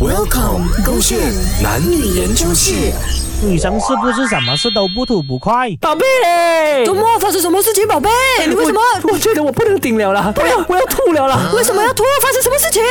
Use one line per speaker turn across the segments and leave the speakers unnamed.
Welcome，勾线男女研究室。
女生是不是什么事都不吐不快？
宝贝嘞，哎
周末发生什么事情，宝贝？哎你啊为什么？啊
我？我觉得我不能顶了啦，我要我要吐了啦！
为什么要拖？发生什么事情？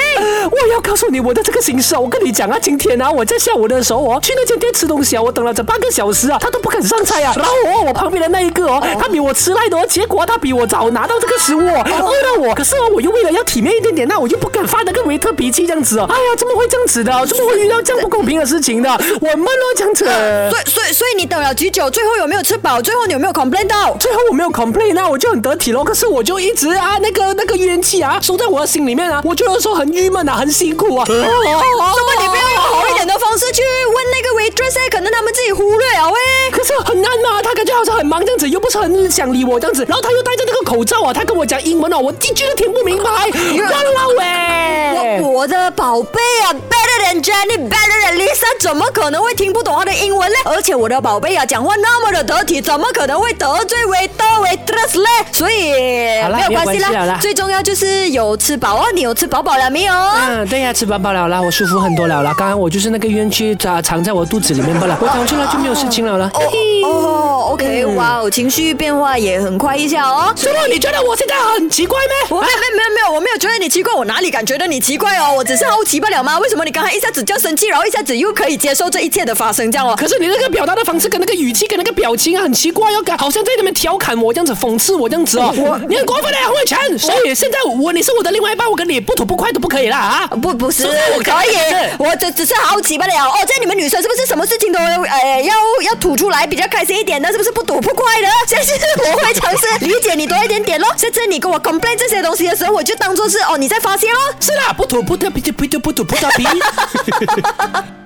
我要告诉你我的这个心事啊！我跟你讲啊，今天啊，我在下午的时候哦，去那间店吃东西啊，我等了整半个小时啊，他都不肯上菜啊。然后哦，我旁边的那一个哦，他比我迟来的哦，结果他比我早拿到这个食物哦，饿到我。可是哦，我又为了要体面一点点，那我又不敢发那个维特脾气这样子哦。哎呀，怎么会这样子的？怎么会遇到这样不公平的事情的？我闷哦，这样子。
所以所以所以你等了几久？最后有没有吃饱？最后你有没有 complain 到？
最后我没有 complain，那我就很得体咯。可是我就一直啊，那个那个怨气啊，收在我的心里面啊，我觉得说很郁闷啊，很辛 苦啊。什
怎
么
哦么你不要用好一点的方式去问那个 waitress？欸可能他们自己忽略了喂。
可是很难嘛，他感觉好像很忙这样子，又不是很想理我这样子，然后他又戴着那个口罩啊，他跟我讲英文哦，我一句都听不明白， 哇啦喂！
我我的宝贝啊，better than Jenny，better than Lisa，怎么可能会听不懂他的英文呢？而且我的宝贝啊，讲话那么的得体，怎么可能会得罪 waiter waitress 嘞？所以
好啦
没有关系
没有关系了
啦
啦，
最重要就是有吃饱哦，你有吃饱饱了没有？
嗯，对呀，吃饱饱了啦，我舒服很多了啦。刚刚我就是那个冤屈藏藏在我肚子里面罢了，我躺出来就没有事情了啦。
哦，OK，哇哦，情绪变化也很快一下哦。哎
周末你觉得我现在很奇怪咩？
我没有没有没有，我没有觉得你奇怪，我哪里敢觉得你奇怪哦？我只是好奇不了吗？为什么你刚才一下子就生气，然后一下子又可以接受这一切的发生这样哦？
可是你那个表达的方式跟那个语气跟那个表情啊很奇怪哦，感好像在那边调侃我这样子，讽刺我这样子哦，你很过分的，黄伟全。所以现在我你是我的另外一半，我跟你不吐不快都不可以啦啊！
不不是，
是不是我
可
刚才
以
也是，
我只只是好奇不了哦。这样你们女生是不是什么事情都呃要要吐出来比较开心一点呢？是不是不吐不快的？下次我会尝试理解你多一点点咯。下次你跟我 complain 这些东西的时候，我就当做是哦你在发泄咯。
是啦，不吐不吐不吐不吐不吐不吐皮。